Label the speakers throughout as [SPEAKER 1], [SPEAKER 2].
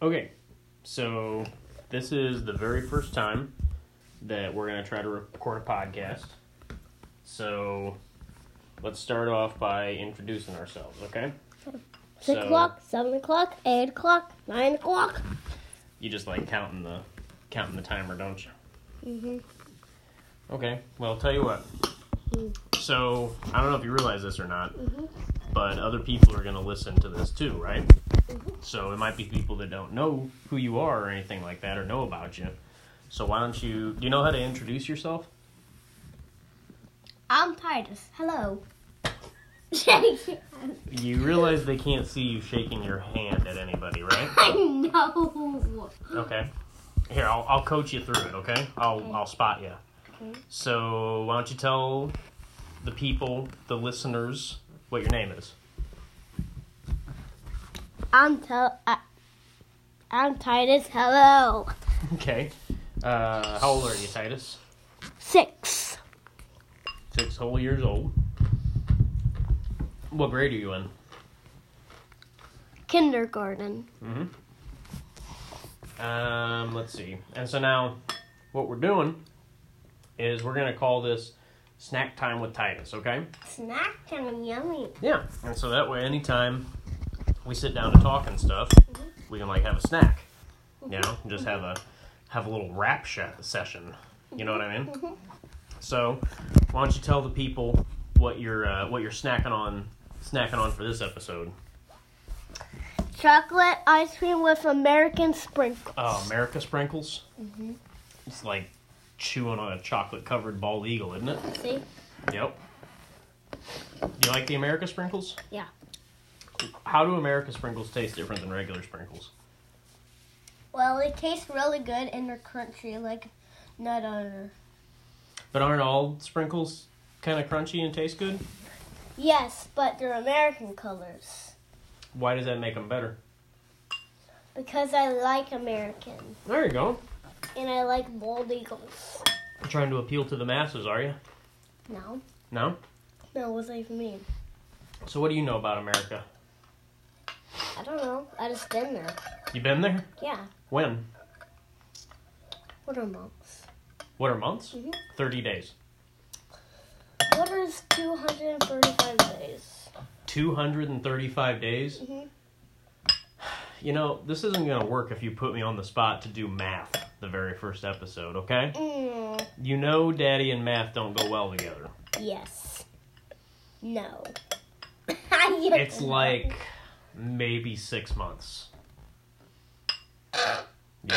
[SPEAKER 1] Okay, so this is the very first time that we're going to try to record a podcast. So let's start off by introducing ourselves, okay?
[SPEAKER 2] Six
[SPEAKER 1] So-
[SPEAKER 2] o'clock, seven o'clock, eight o'clock, nine o'clock.
[SPEAKER 1] You just like counting the counting the timer, don't you?
[SPEAKER 2] hmm
[SPEAKER 1] Okay. Well, tell you what. So I don't know if you realize this or not, but other people are going to listen to this too, right? So it might be people that don't know who you are or anything like that, or know about you. So why don't you? Do you know how to introduce yourself?
[SPEAKER 2] I'm Titus. Hello.
[SPEAKER 1] You realize they can't see you shaking your hand at anybody, right?
[SPEAKER 2] I know.
[SPEAKER 1] Okay. Here, I'll, I'll coach you through it. Okay. I'll I'll spot you.
[SPEAKER 2] Okay.
[SPEAKER 1] So why don't you tell the people, the listeners, what your name is?
[SPEAKER 2] I'm tel- I- I'm Titus. Hello.
[SPEAKER 1] Okay. Uh, how old are you, Titus?
[SPEAKER 2] Six.
[SPEAKER 1] Six whole years old. What grade are you in?
[SPEAKER 2] Kindergarten.
[SPEAKER 1] Mm-hmm. Um, let's see. And so now, what we're doing is we're gonna call this snack time with Titus. Okay.
[SPEAKER 2] Snack and yummy.
[SPEAKER 1] Yeah. And so that way, anytime we sit down to talk and stuff, we can like have a snack. You know, just have a have a little rap sh- session. You know what I mean?
[SPEAKER 2] Mhm.
[SPEAKER 1] So, why don't you tell the people what you're uh, what you're snacking on snacking on for this episode?
[SPEAKER 2] Chocolate ice cream with American sprinkles.
[SPEAKER 1] Oh, America sprinkles. It's like chewing on a chocolate covered bald eagle, isn't it?
[SPEAKER 2] See?
[SPEAKER 1] Yep. You like the America sprinkles?
[SPEAKER 2] Yeah.
[SPEAKER 1] How do America sprinkles taste different than regular sprinkles?
[SPEAKER 2] Well, it tastes really good and they're crunchy like nut butter.
[SPEAKER 1] But aren't all sprinkles kind of crunchy and taste good?
[SPEAKER 2] Yes, but they're American colors.
[SPEAKER 1] Why does that make them better?
[SPEAKER 2] Because I like American
[SPEAKER 1] There you go.
[SPEAKER 2] and I like bald eagles.
[SPEAKER 1] You're trying to appeal to the masses, are you?
[SPEAKER 2] No,
[SPEAKER 1] No.
[SPEAKER 2] no, what does that even mean?
[SPEAKER 1] So what do you know about America?
[SPEAKER 2] I don't know. I just been there.
[SPEAKER 1] You been there?
[SPEAKER 2] Yeah,
[SPEAKER 1] When?
[SPEAKER 2] what are months?
[SPEAKER 1] What are months?
[SPEAKER 2] Mhm.
[SPEAKER 1] Thirty days.
[SPEAKER 2] What is 235 days?
[SPEAKER 1] Two hundred and thirty-five days.
[SPEAKER 2] Mhm.
[SPEAKER 1] You know this isn't gonna work if you put me on the spot to do math the very first episode. Okay?
[SPEAKER 2] Mm,
[SPEAKER 1] You know, Daddy and math don't go well together.
[SPEAKER 2] yes. No.
[SPEAKER 1] It's like maybe six months. Yeah.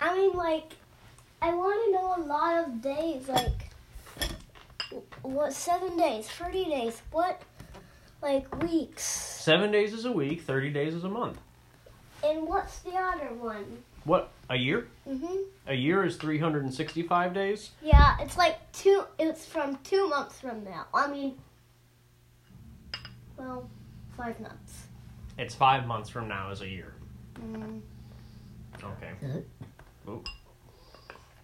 [SPEAKER 2] I mean, like, I want to know a lot of days. Like, w- what, seven days, 30 days, what, like, weeks?
[SPEAKER 1] Seven days is a week. Thirty days is a month.
[SPEAKER 2] And what's the other one?
[SPEAKER 1] What? A year?
[SPEAKER 2] Mm-hmm.
[SPEAKER 1] A year is 365 days?
[SPEAKER 2] Yeah, it's like two. It's from two months from now. I mean, well, five months. Mm.
[SPEAKER 1] It's five months from now is a year. Okay. Oop.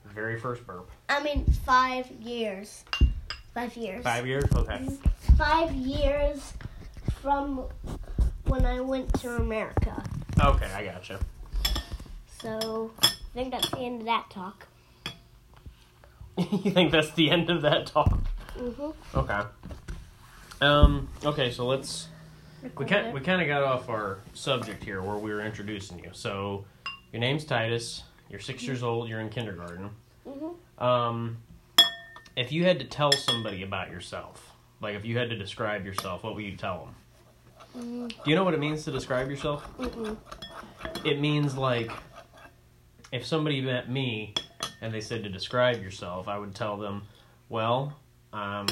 [SPEAKER 1] Very first burp.
[SPEAKER 2] I mean, five years. Five years.
[SPEAKER 1] Five years? Okay.
[SPEAKER 2] Five years from when I went to America.
[SPEAKER 1] Okay, I gotcha.
[SPEAKER 2] So I think that's the end of that talk.
[SPEAKER 1] you think that's the end of that talk?
[SPEAKER 2] Mhm.
[SPEAKER 1] Okay. Um, okay, so let's. We kind, we kind of got off our subject here where we were introducing you. So, your name's Titus. You're six years old. You're in kindergarten.
[SPEAKER 2] Mhm.
[SPEAKER 1] Um, if you had to tell somebody about yourself, like if you had to describe yourself, what would you tell them? Do you know what it means to describe yourself?
[SPEAKER 2] Mm-mm.
[SPEAKER 1] It means like if somebody met me and they said to describe yourself, I would tell them, well, um,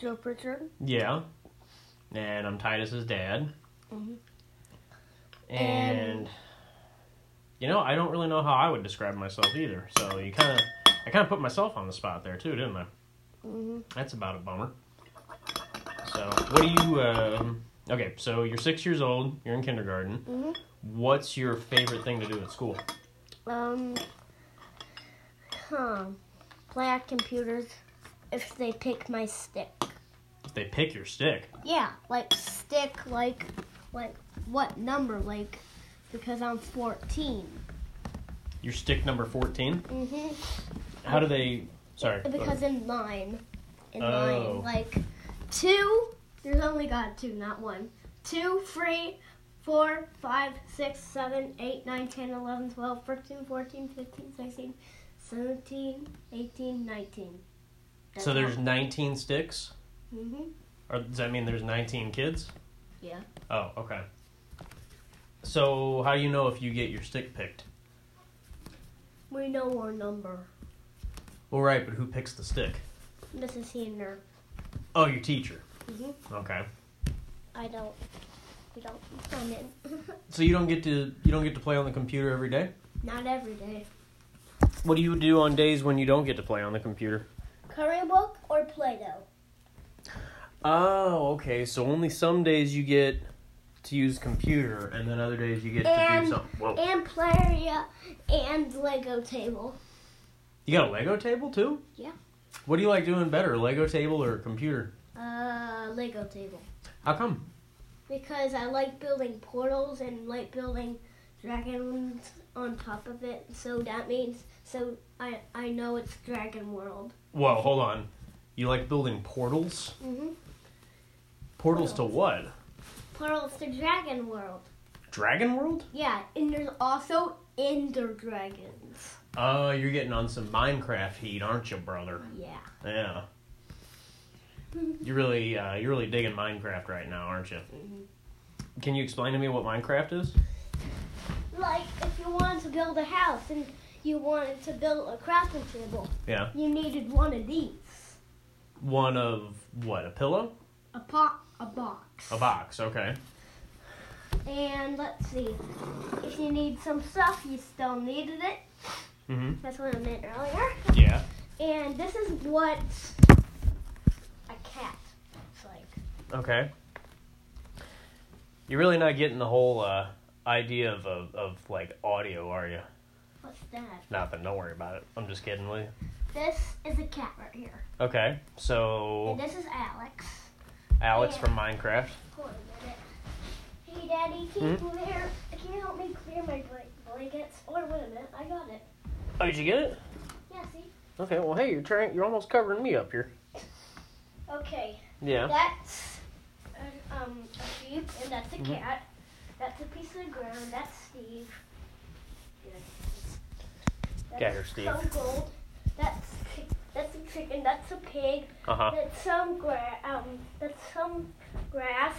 [SPEAKER 2] Joe Pritchard.
[SPEAKER 1] yeah, and I'm Titus's dad,
[SPEAKER 2] Mhm.
[SPEAKER 1] and you know I don't really know how I would describe myself either. So you kind of I kind of put myself on the spot there too, didn't I?
[SPEAKER 2] Mhm.
[SPEAKER 1] That's about a bummer. So, what do you? Um, okay, so you're six years old. You're in kindergarten.
[SPEAKER 2] Mhm.
[SPEAKER 1] What's your favorite thing to do at school?
[SPEAKER 2] Um. Huh. Play at computers if they pick my stick.
[SPEAKER 1] They pick your stick.
[SPEAKER 2] Yeah, like stick, like like what number, like because I'm 14.
[SPEAKER 1] You're stick number 14?
[SPEAKER 2] Mhm.
[SPEAKER 1] How do they. Sorry. go
[SPEAKER 2] Because
[SPEAKER 1] ahead.
[SPEAKER 2] in line, in
[SPEAKER 1] Oh.
[SPEAKER 2] line, like two. There's only God two, not one. Two, three, four, five, six, seven, eight, nine, ten, eleven, twelve, thirteen, fourteen, fifteen, sixteen, seventeen, eighteen, nineteen.
[SPEAKER 1] So there's 19 sticks?
[SPEAKER 2] hmm
[SPEAKER 1] Or does that mean there's 19 kids?
[SPEAKER 2] Yeah.
[SPEAKER 1] Oh, okay. So how do you know if you get your stick picked?
[SPEAKER 2] We know our number.
[SPEAKER 1] Well, right, but who picks the stick?
[SPEAKER 2] Mrs. Heiner.
[SPEAKER 1] Oh, your teacher.
[SPEAKER 2] Mhm.
[SPEAKER 1] Okay.
[SPEAKER 2] I don't. We don't. I'm in.
[SPEAKER 1] So you don't get to you don't get to play on the computer every day.
[SPEAKER 2] Not every day.
[SPEAKER 1] What do you do on days when you don't get to play on the computer?
[SPEAKER 2] Coloring book or Play-Doh?
[SPEAKER 1] Oh, okay. So only some days you get to use computer, and then other days you get to
[SPEAKER 2] And-
[SPEAKER 1] do something. Whoa!
[SPEAKER 2] And Plaria and Lego table.
[SPEAKER 1] You got a Lego table too?
[SPEAKER 2] Yeah.
[SPEAKER 1] What do you like doing better, Lego table or computer?
[SPEAKER 2] Uh, Lego table.
[SPEAKER 1] How come?
[SPEAKER 2] Because I like building portals and like building dragons on top of it. So that means so I I know it's Dragon World.
[SPEAKER 1] Whoa! Hold on. You like building portals?
[SPEAKER 2] Mhm.
[SPEAKER 1] Portals to what?
[SPEAKER 2] Portals to Dragon World.
[SPEAKER 1] Dragon World?
[SPEAKER 2] Yeah, and there's also Ender dragons.
[SPEAKER 1] Oh, you're getting on some Minecraft heat, aren't you, brother?
[SPEAKER 2] Yeah.
[SPEAKER 1] Yeah. You really, uh, you're really digging Minecraft right now, aren't you? Can you explain to me what Minecraft is?
[SPEAKER 2] Like if you wanted to build a house and you wanted to build a crafting table,
[SPEAKER 1] Yeah.
[SPEAKER 2] you needed one of these.
[SPEAKER 1] One of what? A pillow?
[SPEAKER 2] A pot, a box.
[SPEAKER 1] A box? Okay.
[SPEAKER 2] And let's see. If you need some stuff, you still needed it.
[SPEAKER 1] Mm-hmm.
[SPEAKER 2] That's what I meant earlier.
[SPEAKER 1] Yeah.
[SPEAKER 2] And this is what a cat looks like.
[SPEAKER 1] Okay. You're really not getting the whole uh, idea of, of of like audio, are you?
[SPEAKER 2] What's that?
[SPEAKER 1] Nothing. Don't worry about it. I'm just kidding with you.
[SPEAKER 2] This is a cat right here.
[SPEAKER 1] Okay. So
[SPEAKER 2] And this is Alex.
[SPEAKER 1] Alex from Minecraft.
[SPEAKER 2] Hold on a minute. Hey, Daddy, can you
[SPEAKER 1] Hmm?
[SPEAKER 2] clear? Can you help me clear my bla- blankets? Or wait a minute, I got it.
[SPEAKER 1] Oh, did you get it?
[SPEAKER 2] Yeah, see.
[SPEAKER 1] Okay. Well, hey, you're trying. You're almost covering me up here.
[SPEAKER 2] Okay.
[SPEAKER 1] Yeah.
[SPEAKER 2] That's uh, um, a sheep, and that's a
[SPEAKER 1] Mhm.
[SPEAKER 2] cat. That's a piece of ground. That's Steve. That's
[SPEAKER 1] Gather, Steve.
[SPEAKER 2] Some gold. That's chi- that's a chicken. That's a pig.
[SPEAKER 1] Uh huh.
[SPEAKER 2] That's some grass. Um, that's some grass.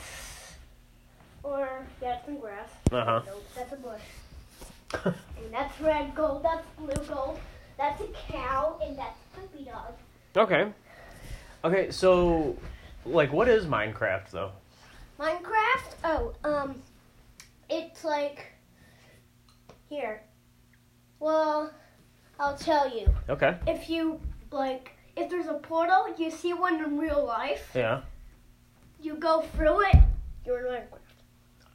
[SPEAKER 2] Or yeah, it's some grass.
[SPEAKER 1] Uh huh.
[SPEAKER 2] Nope, that's a bush. And that's red gold. That's blue gold. That's a cow, and that's a puppy dog.
[SPEAKER 1] Okay. Okay, so like what is Minecraft though?
[SPEAKER 2] Minecraft? Oh, um, it's like here. Well, I'll tell you.
[SPEAKER 1] Okay.
[SPEAKER 2] If you like, if there's a portal, you see one in real life.
[SPEAKER 1] Yeah.
[SPEAKER 2] You go through it. You're in Minecraft.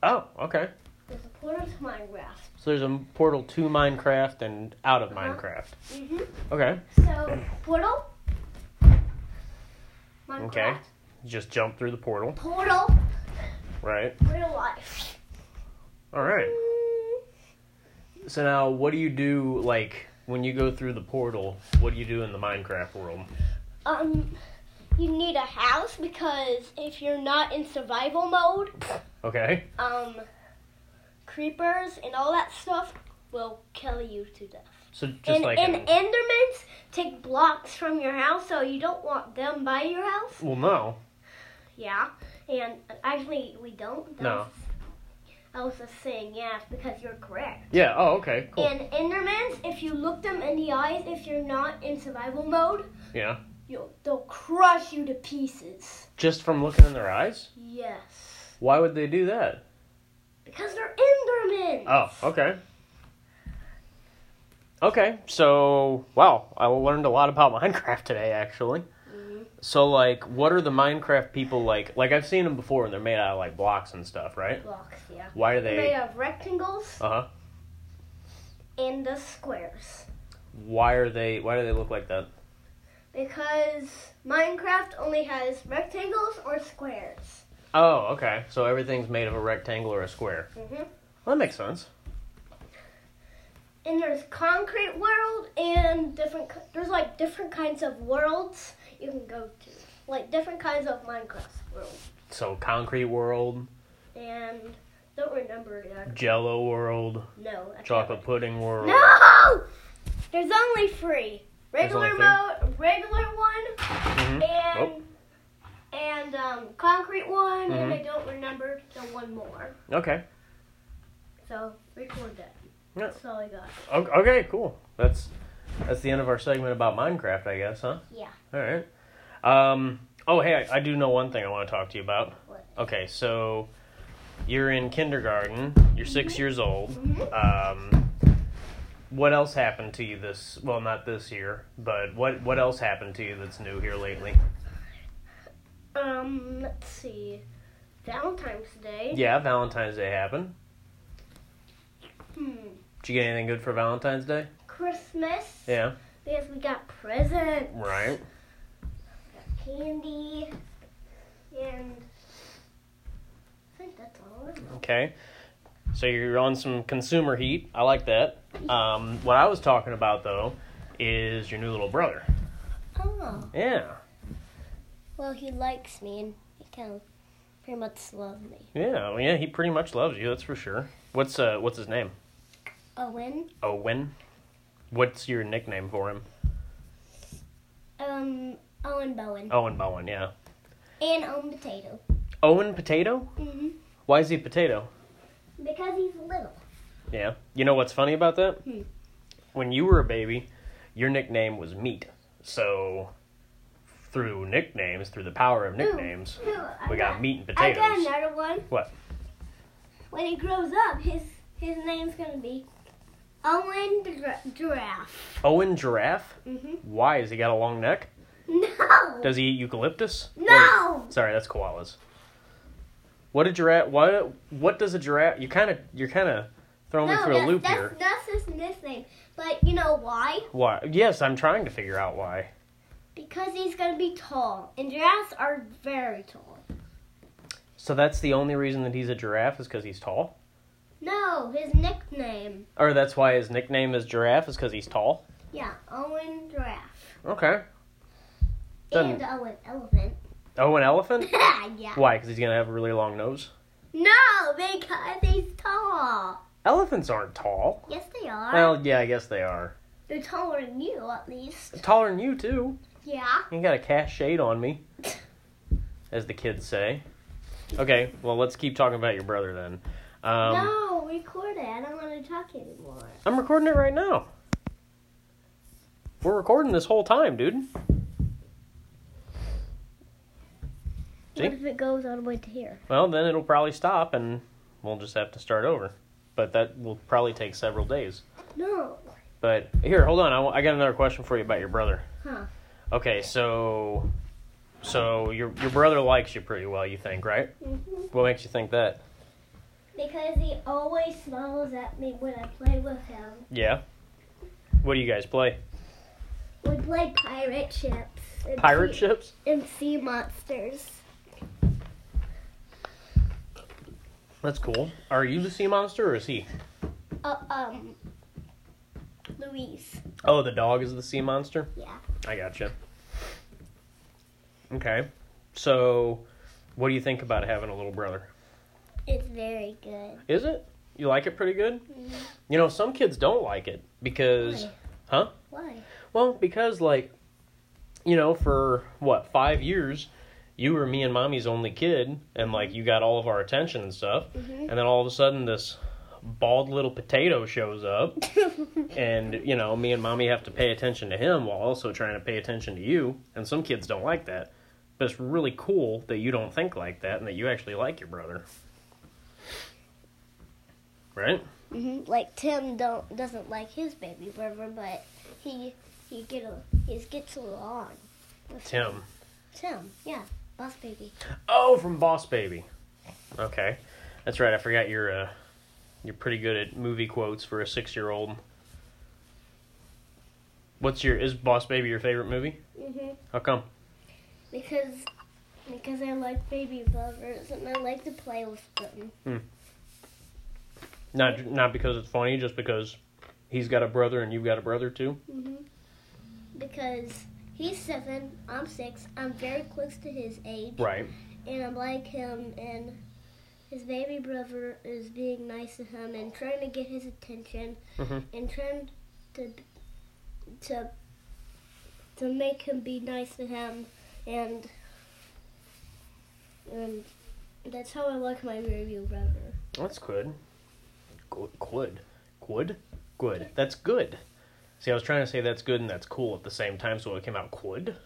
[SPEAKER 1] Oh, okay.
[SPEAKER 2] There's a portal to Minecraft.
[SPEAKER 1] So there's a portal to Minecraft and out of
[SPEAKER 2] Uh-huh.
[SPEAKER 1] Minecraft.
[SPEAKER 2] Mhm.
[SPEAKER 1] Okay.
[SPEAKER 2] So portal. Minecraft.
[SPEAKER 1] Okay. You just jump through the portal,
[SPEAKER 2] Portal.
[SPEAKER 1] right?
[SPEAKER 2] Real life.
[SPEAKER 1] All right.
[SPEAKER 2] Mm,
[SPEAKER 1] So now what do you do like when you go through the portal? What do you do in the Minecraft world?
[SPEAKER 2] Um, you need a house because if you're not in survival mode,
[SPEAKER 1] Okay.
[SPEAKER 2] um, creepers and all that stuff will kill you to death.
[SPEAKER 1] So just
[SPEAKER 2] and
[SPEAKER 1] like
[SPEAKER 2] and
[SPEAKER 1] in-
[SPEAKER 2] Endermans take blocks from your house, so you don't want them by your house.
[SPEAKER 1] well, no.
[SPEAKER 2] Yeah, and actually we don't. That
[SPEAKER 1] No.
[SPEAKER 2] was- I was just saying yes because you're correct.
[SPEAKER 1] Yeah. Oh, okay. Cool.
[SPEAKER 2] And Endermans, if you look them in the eyes, if you're not in survival mode,
[SPEAKER 1] yeah.
[SPEAKER 2] you'll, they'll crush you to pieces.
[SPEAKER 1] Just from looking in their eyes?
[SPEAKER 2] Yes.
[SPEAKER 1] Why would they do that?
[SPEAKER 2] Because they're Endermen.
[SPEAKER 1] Oh, okay. Okay, so wow, I learned a lot about Minecraft today actually. Mm-hmm.
[SPEAKER 2] Mhm.
[SPEAKER 1] So like, what are the Minecraft people like? Like I've seen them before and they're made out of like blocks and stuff, right?
[SPEAKER 2] Blocks, yeah.
[SPEAKER 1] Why are
[SPEAKER 2] They're made
[SPEAKER 1] they
[SPEAKER 2] of rectangles
[SPEAKER 1] Uh-huh.
[SPEAKER 2] and the squares.
[SPEAKER 1] Why are they why do they look like that?
[SPEAKER 2] Because Minecraft only has rectangles or squares.
[SPEAKER 1] Oh, okay. So everything's made of a rectangle or a square.
[SPEAKER 2] Mm-hmm.
[SPEAKER 1] Well, that makes sense.
[SPEAKER 2] and there's concrete world and different ki- there's like different kinds of worlds you can go to like different kinds of minecraft world
[SPEAKER 1] So concrete world,
[SPEAKER 2] and don't remember that
[SPEAKER 1] jello world,
[SPEAKER 2] no I can't
[SPEAKER 1] chocolate pudding world.
[SPEAKER 2] remember. no there's only three
[SPEAKER 1] There's only
[SPEAKER 2] regular mode regular one
[SPEAKER 1] Mhm.
[SPEAKER 2] and
[SPEAKER 1] Oh.
[SPEAKER 2] and um concrete one and
[SPEAKER 1] Mhm.
[SPEAKER 2] i don't remember the one more
[SPEAKER 1] Okay.
[SPEAKER 2] so record that
[SPEAKER 1] Yeah.
[SPEAKER 2] that's all i got
[SPEAKER 1] O- Okay, cool. That's that's the end of our segment about Minecraft, I guess, huh?
[SPEAKER 2] Yeah.
[SPEAKER 1] All right. Um. Oh, hey, I, I do know one thing I want to talk to you about.
[SPEAKER 2] What?
[SPEAKER 1] Okay, so you're in kindergarten. You're 6 years old.
[SPEAKER 2] Mhm.
[SPEAKER 1] Um. What else happened to you this? Well, not this year, but what what else happened to you that's new here lately?
[SPEAKER 2] um let's see valentine's day
[SPEAKER 1] Yeah, Valentine's Day happened.
[SPEAKER 2] hmm
[SPEAKER 1] Did you get anything good for Valentine's Day?
[SPEAKER 2] Christmas.
[SPEAKER 1] Yeah.
[SPEAKER 2] Because we got presents.
[SPEAKER 1] Right.
[SPEAKER 2] Candy. And I think that's all.
[SPEAKER 1] Okay. So you're on some consumer heat. I like that. Um, what I was talking about though is your new little brother.
[SPEAKER 2] Oh.
[SPEAKER 1] Yeah.
[SPEAKER 2] Well, he likes me and he kind of pretty much loves me.
[SPEAKER 1] Yeah. Well, yeah. He pretty much loves you. That's for sure. What's uh What's his name?
[SPEAKER 2] Owen.
[SPEAKER 1] Owen. What's your nickname for him?
[SPEAKER 2] Um, Owen Bowen.
[SPEAKER 1] Owen Bowen. Yeah. Oh.
[SPEAKER 2] And Owen Potato.
[SPEAKER 1] Owen Potato.
[SPEAKER 2] Mm-hmm.
[SPEAKER 1] Why is he potato?
[SPEAKER 2] Because he's little.
[SPEAKER 1] Yeah. You know what's funny about that?
[SPEAKER 2] Hmm.
[SPEAKER 1] When you were a baby, your nickname was Meat. So, through nicknames, through the power of nicknames, we got meat and
[SPEAKER 2] I
[SPEAKER 1] potatoes.
[SPEAKER 2] got another one.
[SPEAKER 1] What?
[SPEAKER 2] When he grows up, his his name's gonna be Owen the Gira- Giraffe.
[SPEAKER 1] Owen Giraffe?
[SPEAKER 2] Mm-hmm.
[SPEAKER 1] Why? Has he got a long neck?
[SPEAKER 2] No.
[SPEAKER 1] Does he eat eucalyptus?
[SPEAKER 2] No!
[SPEAKER 1] Wait, sorry, that's koalas. What a giraffe! What? What does a giraffe? You kind of, you're kind of throwing me through a
[SPEAKER 2] that's,
[SPEAKER 1] loop
[SPEAKER 2] that's,
[SPEAKER 1] here.
[SPEAKER 2] That's his nickname. But you know why?
[SPEAKER 1] Why? Yes, I'm trying to figure out why.
[SPEAKER 2] Because he's gonna be tall, and giraffes are very tall.
[SPEAKER 1] So that's the only reason that he's a giraffe is because he's tall,
[SPEAKER 2] No, his nickname.
[SPEAKER 1] or that's why his nickname is giraffe is because he's tall.
[SPEAKER 2] Yeah, Owen Giraffe.
[SPEAKER 1] Okay. Then-
[SPEAKER 2] And uh, Owen Elephant.
[SPEAKER 1] Oh, an elephant?
[SPEAKER 2] yeah.
[SPEAKER 1] Why? Because he's gonna have a really long nose.
[SPEAKER 2] No, because he's tall.
[SPEAKER 1] Elephants aren't tall.
[SPEAKER 2] Yes, they are.
[SPEAKER 1] Well, yeah, I guess they are.
[SPEAKER 2] They're taller than you, at least.
[SPEAKER 1] Taller than you too.
[SPEAKER 2] Yeah.
[SPEAKER 1] You got a cast shade on me, as the kids say. Okay, well, let's keep talking about your brother then. Um,
[SPEAKER 2] no, record it. I don't want to talk anymore.
[SPEAKER 1] I'm recording it right now. We're recording this whole time, dude. See?
[SPEAKER 2] What if it goes all the way to here?
[SPEAKER 1] Well, then it'll probably stop and we'll just have to start over. But that will probably take several days.
[SPEAKER 2] No.
[SPEAKER 1] But here, hold on. I, wa- I got another question for you about your brother.
[SPEAKER 2] Huh.
[SPEAKER 1] Okay, so so your your brother likes you pretty well, you think, right?
[SPEAKER 2] hmm
[SPEAKER 1] What makes you think that?
[SPEAKER 2] Because he always smiles at me when I play with him.
[SPEAKER 1] Yeah. What do you guys play?
[SPEAKER 2] We play pirate ships. And
[SPEAKER 1] Pirate
[SPEAKER 2] sea,
[SPEAKER 1] ships?
[SPEAKER 2] And sea monsters.
[SPEAKER 1] That's cool. Are you the sea monster or is he?
[SPEAKER 2] Uh, um, Louise.
[SPEAKER 1] Oh, the dog is the sea monster?
[SPEAKER 2] Yeah.
[SPEAKER 1] I gotcha. Okay. So, what do you think about having a little brother?
[SPEAKER 2] It's very good.
[SPEAKER 1] Is it? You like it pretty good? You know, some kids don't like it because,
[SPEAKER 2] Why?
[SPEAKER 1] huh?
[SPEAKER 2] Why?
[SPEAKER 1] Well, because, like, you know, for what, five years, you were me and mommy's only kid, and, like, you got all of our attention and stuff.
[SPEAKER 2] Mhm.
[SPEAKER 1] And then all of a sudden, this bald little potato shows up, and, you know, me and mommy have to pay attention to him while also trying to pay attention to you. And some kids don't like that. But it's really cool that you don't think like that and that you actually like your brother. Right?
[SPEAKER 2] hmm Like Tim don't doesn't like his baby brother, but he he get a, he gets along. with
[SPEAKER 1] Tim.
[SPEAKER 2] Tim, yeah, boss baby.
[SPEAKER 1] Oh, from Boss Baby. Okay, that's right. I forgot you're uh, you're pretty good at movie quotes for a six-year-old. What's your is Boss Baby your favorite movie?
[SPEAKER 2] hmm
[SPEAKER 1] How come?
[SPEAKER 2] Because Because I like baby buzzers and I like to play with them.
[SPEAKER 1] Not not because it's funny, just because he's got a brother and you've got a brother too.
[SPEAKER 2] hmm Because he's seven, I'm six, I'm very close to his age,
[SPEAKER 1] Right.
[SPEAKER 2] and I'm like him, and his baby brother is being nice to him and trying to get his attention
[SPEAKER 1] hmm
[SPEAKER 2] and trying to to to make him be nice to him and and that's how I like my baby brother.
[SPEAKER 1] That's good. Good. Good. Good. Good. That's good. See, I was trying to say that's good and that's cool at the same time, so it came out quid.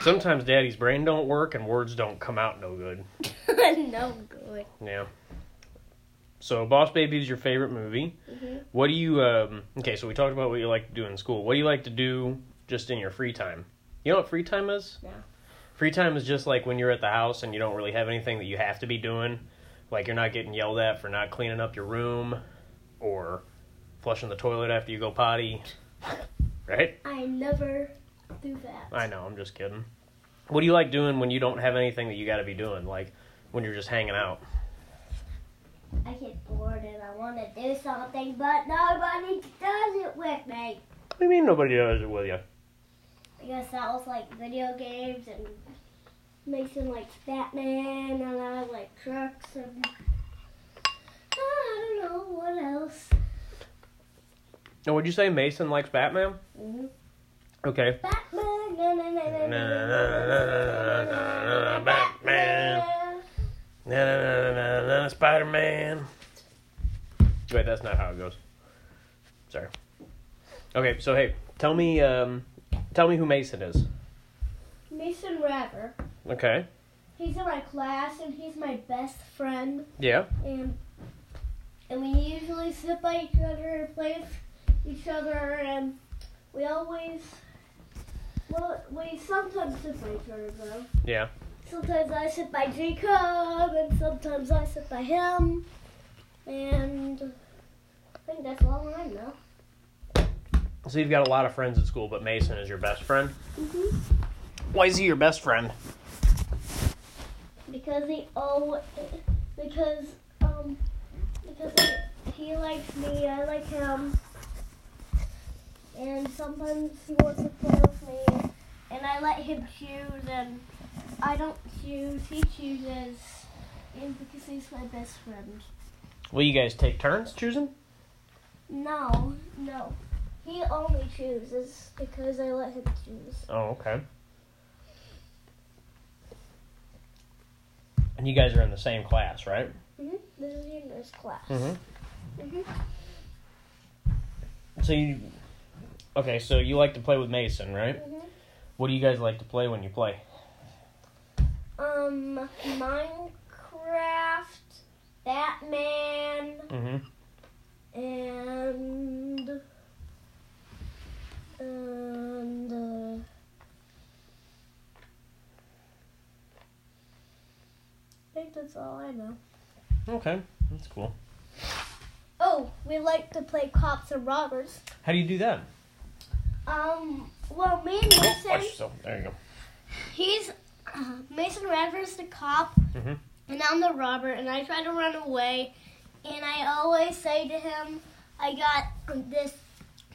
[SPEAKER 1] Sometimes daddy's brain don't work and words don't come out no good.
[SPEAKER 2] no good.
[SPEAKER 1] Yeah. So, Boss Baby is your favorite movie.
[SPEAKER 2] hmm
[SPEAKER 1] What do you? Um, okay, so we talked about what you like to do in school. What do you like to do just in your free time? You know what free time is?
[SPEAKER 2] No.
[SPEAKER 1] Free time is just like when you're at the house and you don't really have anything that you have to be doing. Like you're not getting yelled at for not cleaning up your room, or flushing the toilet after you go potty. Right?
[SPEAKER 2] I never do that.
[SPEAKER 1] I know. I'm just kidding. What do you like doing when you don't have anything that you got to be doing? Like when you're just hanging out.
[SPEAKER 2] I get bored and I want to do something, but nobody does it with me.
[SPEAKER 1] What do you mean nobody does it with you?
[SPEAKER 2] I guess that was like video games and making like Batman and I like trucks and I don't know what else.
[SPEAKER 1] And would you say Mason likes Batman? Okay.
[SPEAKER 2] Batman, na, na, na, na, na, na, na, na, na,
[SPEAKER 1] Batman. Na na na na na Spider Man. Wait, that's not how it goes. Sorry. Okay, so hey, tell me, um, tell me who Mason is.
[SPEAKER 2] Mason Rapper.
[SPEAKER 1] Okay.
[SPEAKER 2] He's in my class and he's my best friend
[SPEAKER 1] Yeah.
[SPEAKER 2] and Um, and we usually sit by each other and play with each other and we always well we sometimes sit by each other though.
[SPEAKER 1] Yeah.
[SPEAKER 2] Sometimes I sit by Jacob, and sometimes I sit by him. And I think that's all I know.
[SPEAKER 1] So you've got a lot of friends at school, but Mason is your best friend.
[SPEAKER 2] hmm
[SPEAKER 1] Mm-hmm. Why is he your best friend?
[SPEAKER 2] Because he oh, because um, because he, he likes me, I like him, and sometimes he wants to play with me, and I let him choose, and I don't choose, he chooses, and because he's my best friend.
[SPEAKER 1] Will you guys take turns choosing?
[SPEAKER 2] No, no. He only chooses because I let him choose.
[SPEAKER 1] Oh, okay. And you guys are in the same class, right?
[SPEAKER 2] Mm-hmm. This is in this class.
[SPEAKER 1] Mm-hmm.
[SPEAKER 2] Mhm.
[SPEAKER 1] So you, okay, so you like to play with Mason, right?
[SPEAKER 2] Mhm.
[SPEAKER 1] What do you guys like to play when you play?
[SPEAKER 2] Um, Minecraft, Batman,
[SPEAKER 1] Mm-hmm.
[SPEAKER 2] and and uh, I think that's all I know.
[SPEAKER 1] Okay, that's cool.
[SPEAKER 2] Oh, we like to play cops and robbers.
[SPEAKER 1] How do you do that?
[SPEAKER 2] Um, well, me and Mason.
[SPEAKER 1] Watch yourself. There you go.
[SPEAKER 2] He's uh, Mason Radford's the cop,
[SPEAKER 1] Mhm.
[SPEAKER 2] and I'm the robber, and I try to run away. And I always say to him, I got this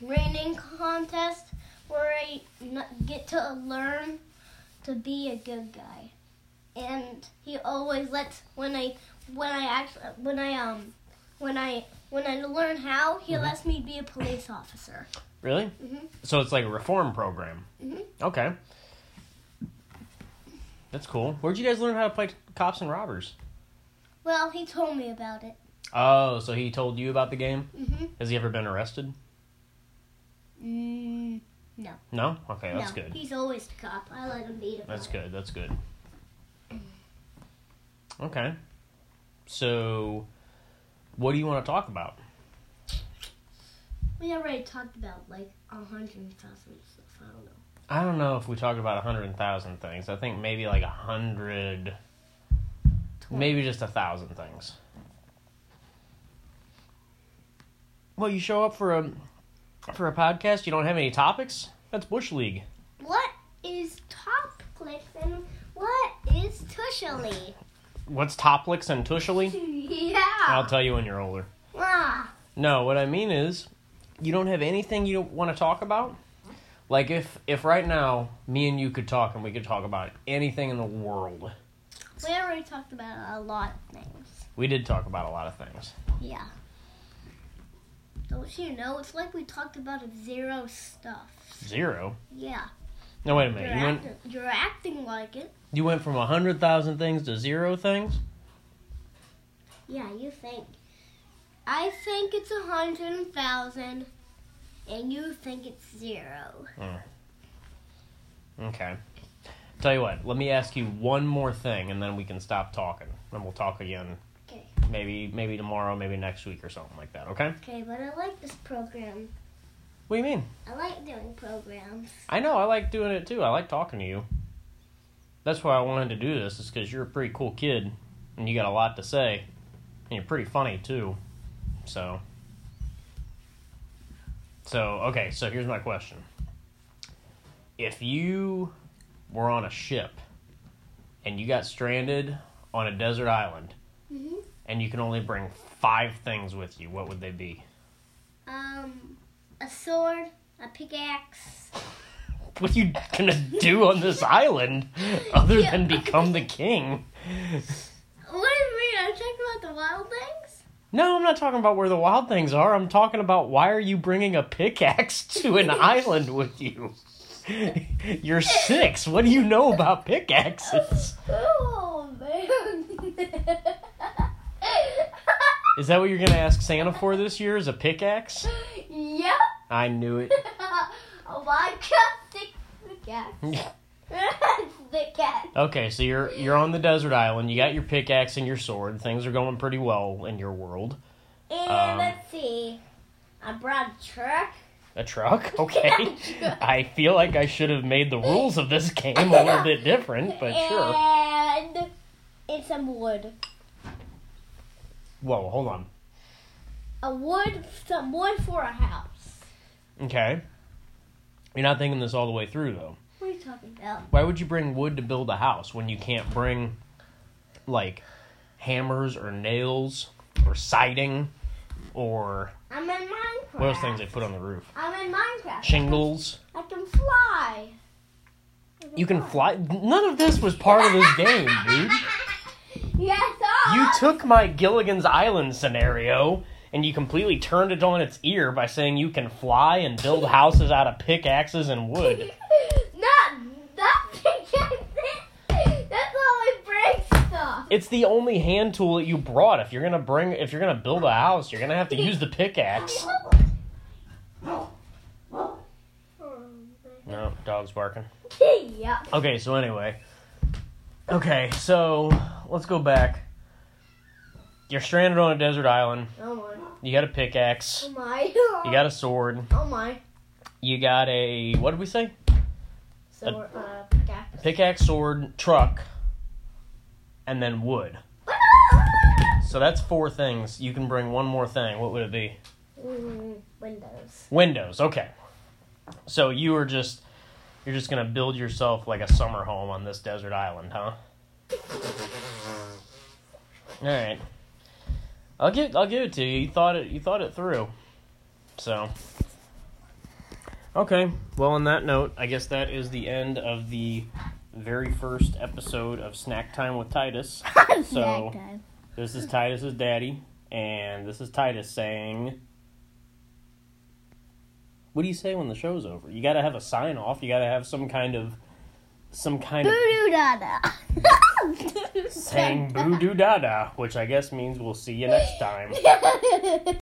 [SPEAKER 2] reigning contest where I n- get to learn to be a good guy. And he always lets when I when I actually when I um when I when I learn how he lets me be a police officer.
[SPEAKER 1] Really?
[SPEAKER 2] Mhm.
[SPEAKER 1] So it's like a reform program.
[SPEAKER 2] Mhm.
[SPEAKER 1] Okay. That's cool. Where'd you guys learn how to play cops and robbers?
[SPEAKER 2] Well, he told me about it.
[SPEAKER 1] Oh, so he told you about the game?
[SPEAKER 2] Mm-hmm.
[SPEAKER 1] Has he ever been arrested?
[SPEAKER 2] Mm.
[SPEAKER 1] No? Okay, that's
[SPEAKER 2] no,
[SPEAKER 1] good.
[SPEAKER 2] He's always the cop. I let him beat him.
[SPEAKER 1] That's good. That's good. Okay. So, what do you want to talk about?
[SPEAKER 2] We already talked about like a hundred thousand stuff. I don't know.
[SPEAKER 1] I don't know if we talked about a 100,000 things. I think maybe like a 100, maybe just a 1,000 things. Well, you show up for a for a podcast, you don't have any topics? That's Bush League.
[SPEAKER 2] What is top clicks and what Tushali.
[SPEAKER 1] What's toplix and tushali? I'll
[SPEAKER 2] Yeah.
[SPEAKER 1] tell you when you're older.
[SPEAKER 2] Ah.
[SPEAKER 1] No, what I mean is, you don't have anything you don't want to talk about. Like if if right now me and you could talk and we could talk about anything in the world.
[SPEAKER 2] We already talked about a lot of things.
[SPEAKER 1] We did talk about a lot of things.
[SPEAKER 2] Yeah. Don't you know? It's like we talked about zero stuff.
[SPEAKER 1] Zero.
[SPEAKER 2] Yeah.
[SPEAKER 1] No, wait a
[SPEAKER 2] You're,
[SPEAKER 1] minute. You went
[SPEAKER 2] acting, you're acting like it.
[SPEAKER 1] you went from hundred thousand things to zero things.
[SPEAKER 2] Yeah, you think. I think it's a hundred thousand, and you think it's zero.
[SPEAKER 1] Okay. Tell you what. Let me ask you one more thing, and then we can stop talking, and we'll talk again.
[SPEAKER 2] Okay.
[SPEAKER 1] Maybe maybe tomorrow, maybe next week or something like that. Okay.
[SPEAKER 2] Okay, but I like this program.
[SPEAKER 1] What do you mean?
[SPEAKER 2] I like doing programs.
[SPEAKER 1] I know. I like doing it too. I like talking to you. That's why I wanted to do this, is because you're a pretty cool kid, and you got a lot to say, and you're pretty funny too. So. So okay. So here's my question. If you were on a ship, and you got stranded on a desert island,
[SPEAKER 2] Mhm.
[SPEAKER 1] and you can only bring five things with you, what would they be?
[SPEAKER 2] Um, a sword, a pickaxe.
[SPEAKER 1] what are you gonna do on this island other
[SPEAKER 2] Yeah.
[SPEAKER 1] than become the king?
[SPEAKER 2] What do you mean? I'm talking about the wild things.
[SPEAKER 1] No, I'm not talking about where the wild things are. I'm talking about why are you bringing a pickaxe to an island with you? You're six. What do you know about pickaxes?
[SPEAKER 2] Oh man.
[SPEAKER 1] Is that what you're gonna ask Santa for this year? Is a pickaxe?
[SPEAKER 2] yep.
[SPEAKER 1] I knew it.
[SPEAKER 2] oh my god, thick pickaxe. thick cat.
[SPEAKER 1] Okay, so you're you're on the desert island. You got your pickaxe and your sword. Things are going pretty well in your world.
[SPEAKER 2] And
[SPEAKER 1] Um,
[SPEAKER 2] let's see. I brought a truck.
[SPEAKER 1] A truck? Okay. I feel like I should have made the rules of this game a little bit different, but sure.
[SPEAKER 2] and and some wood.
[SPEAKER 1] Whoa, hold on.
[SPEAKER 2] A wood some wood for a house.
[SPEAKER 1] Okay. You're not thinking this all the way through, though.
[SPEAKER 2] What are you talking about?
[SPEAKER 1] Why would you bring wood to build a house when you can't bring, like, hammers or nails or siding or
[SPEAKER 2] I'm in Minecraft.
[SPEAKER 1] what those things they put on the roof?
[SPEAKER 2] I'm in Minecraft.
[SPEAKER 1] Shingles.
[SPEAKER 2] I can fly.
[SPEAKER 1] You can fly. None of this was part of this game, dude.
[SPEAKER 2] Yes, oh.
[SPEAKER 1] You
[SPEAKER 2] I
[SPEAKER 1] took my Gilligan's Island scenario and you completely turned it on its ear by saying you can fly and build houses out of pickaxes and wood.
[SPEAKER 2] Not that pickaxe. That's how I break stuff.
[SPEAKER 1] It's the only hand tool that you brought. If you're gonna bring, if you're gonna build a house, you're gonna have to use the pickaxe. No, dog's barking.
[SPEAKER 2] yep.
[SPEAKER 1] Okay, so anyway, okay, so let's go back. You're stranded on a desert island.
[SPEAKER 2] Oh my.
[SPEAKER 1] You got a pickaxe.
[SPEAKER 2] Oh my.
[SPEAKER 1] You got a sword.
[SPEAKER 2] Oh my.
[SPEAKER 1] You got a what did we say?
[SPEAKER 2] So we're uh, pickaxe.
[SPEAKER 1] pickaxe, sword, truck, and then wood. So that's four things. You can bring one more thing. What would it be?
[SPEAKER 2] Mm, windows.
[SPEAKER 1] Windows. Okay. So you are just you're just gonna build yourself like a summer home on this desert island, huh? All right. I'll give I'll give it to you. You thought it you thought it through. So. Okay. Well, on that note, I guess that is the end of the very first episode of Snack Time with Titus. so this is Titus's daddy, and this is Titus saying. What do you say when the show's over? You got to have a sign off. You got to have some kind of, some kind of saying boo doo da da, which I guess means we'll see you next time.